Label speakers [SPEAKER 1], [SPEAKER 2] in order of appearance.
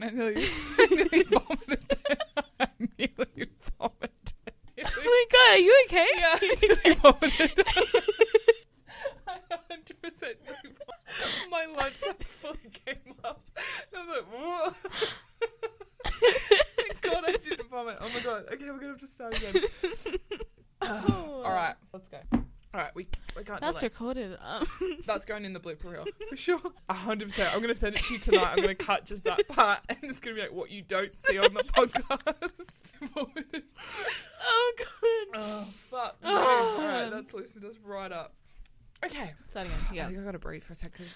[SPEAKER 1] I nearly, I nearly vomited. I nearly vomited.
[SPEAKER 2] Oh my god, are you okay?
[SPEAKER 1] Yeah, I nearly vomited. I 100% nearly vomited. My lunch fully came up. I was like, whoa. Thank god I didn't vomit. Oh my god. Okay, we're going to have to start again. All right, let's go. All right, we, we can't
[SPEAKER 2] That's
[SPEAKER 1] do that.
[SPEAKER 2] recorded. Um,
[SPEAKER 1] That's going in the blooper reel. For sure. 100%. I'm going to send it to you tonight. I'm going to cut just that part and it's going to be like what you don't see on the podcast.
[SPEAKER 2] oh god.
[SPEAKER 1] oh, fuck.
[SPEAKER 2] Oh.
[SPEAKER 1] All right, that's loosened us right up. Okay.
[SPEAKER 2] Start again.
[SPEAKER 1] I
[SPEAKER 2] Yeah.
[SPEAKER 1] think I got to breathe for a second.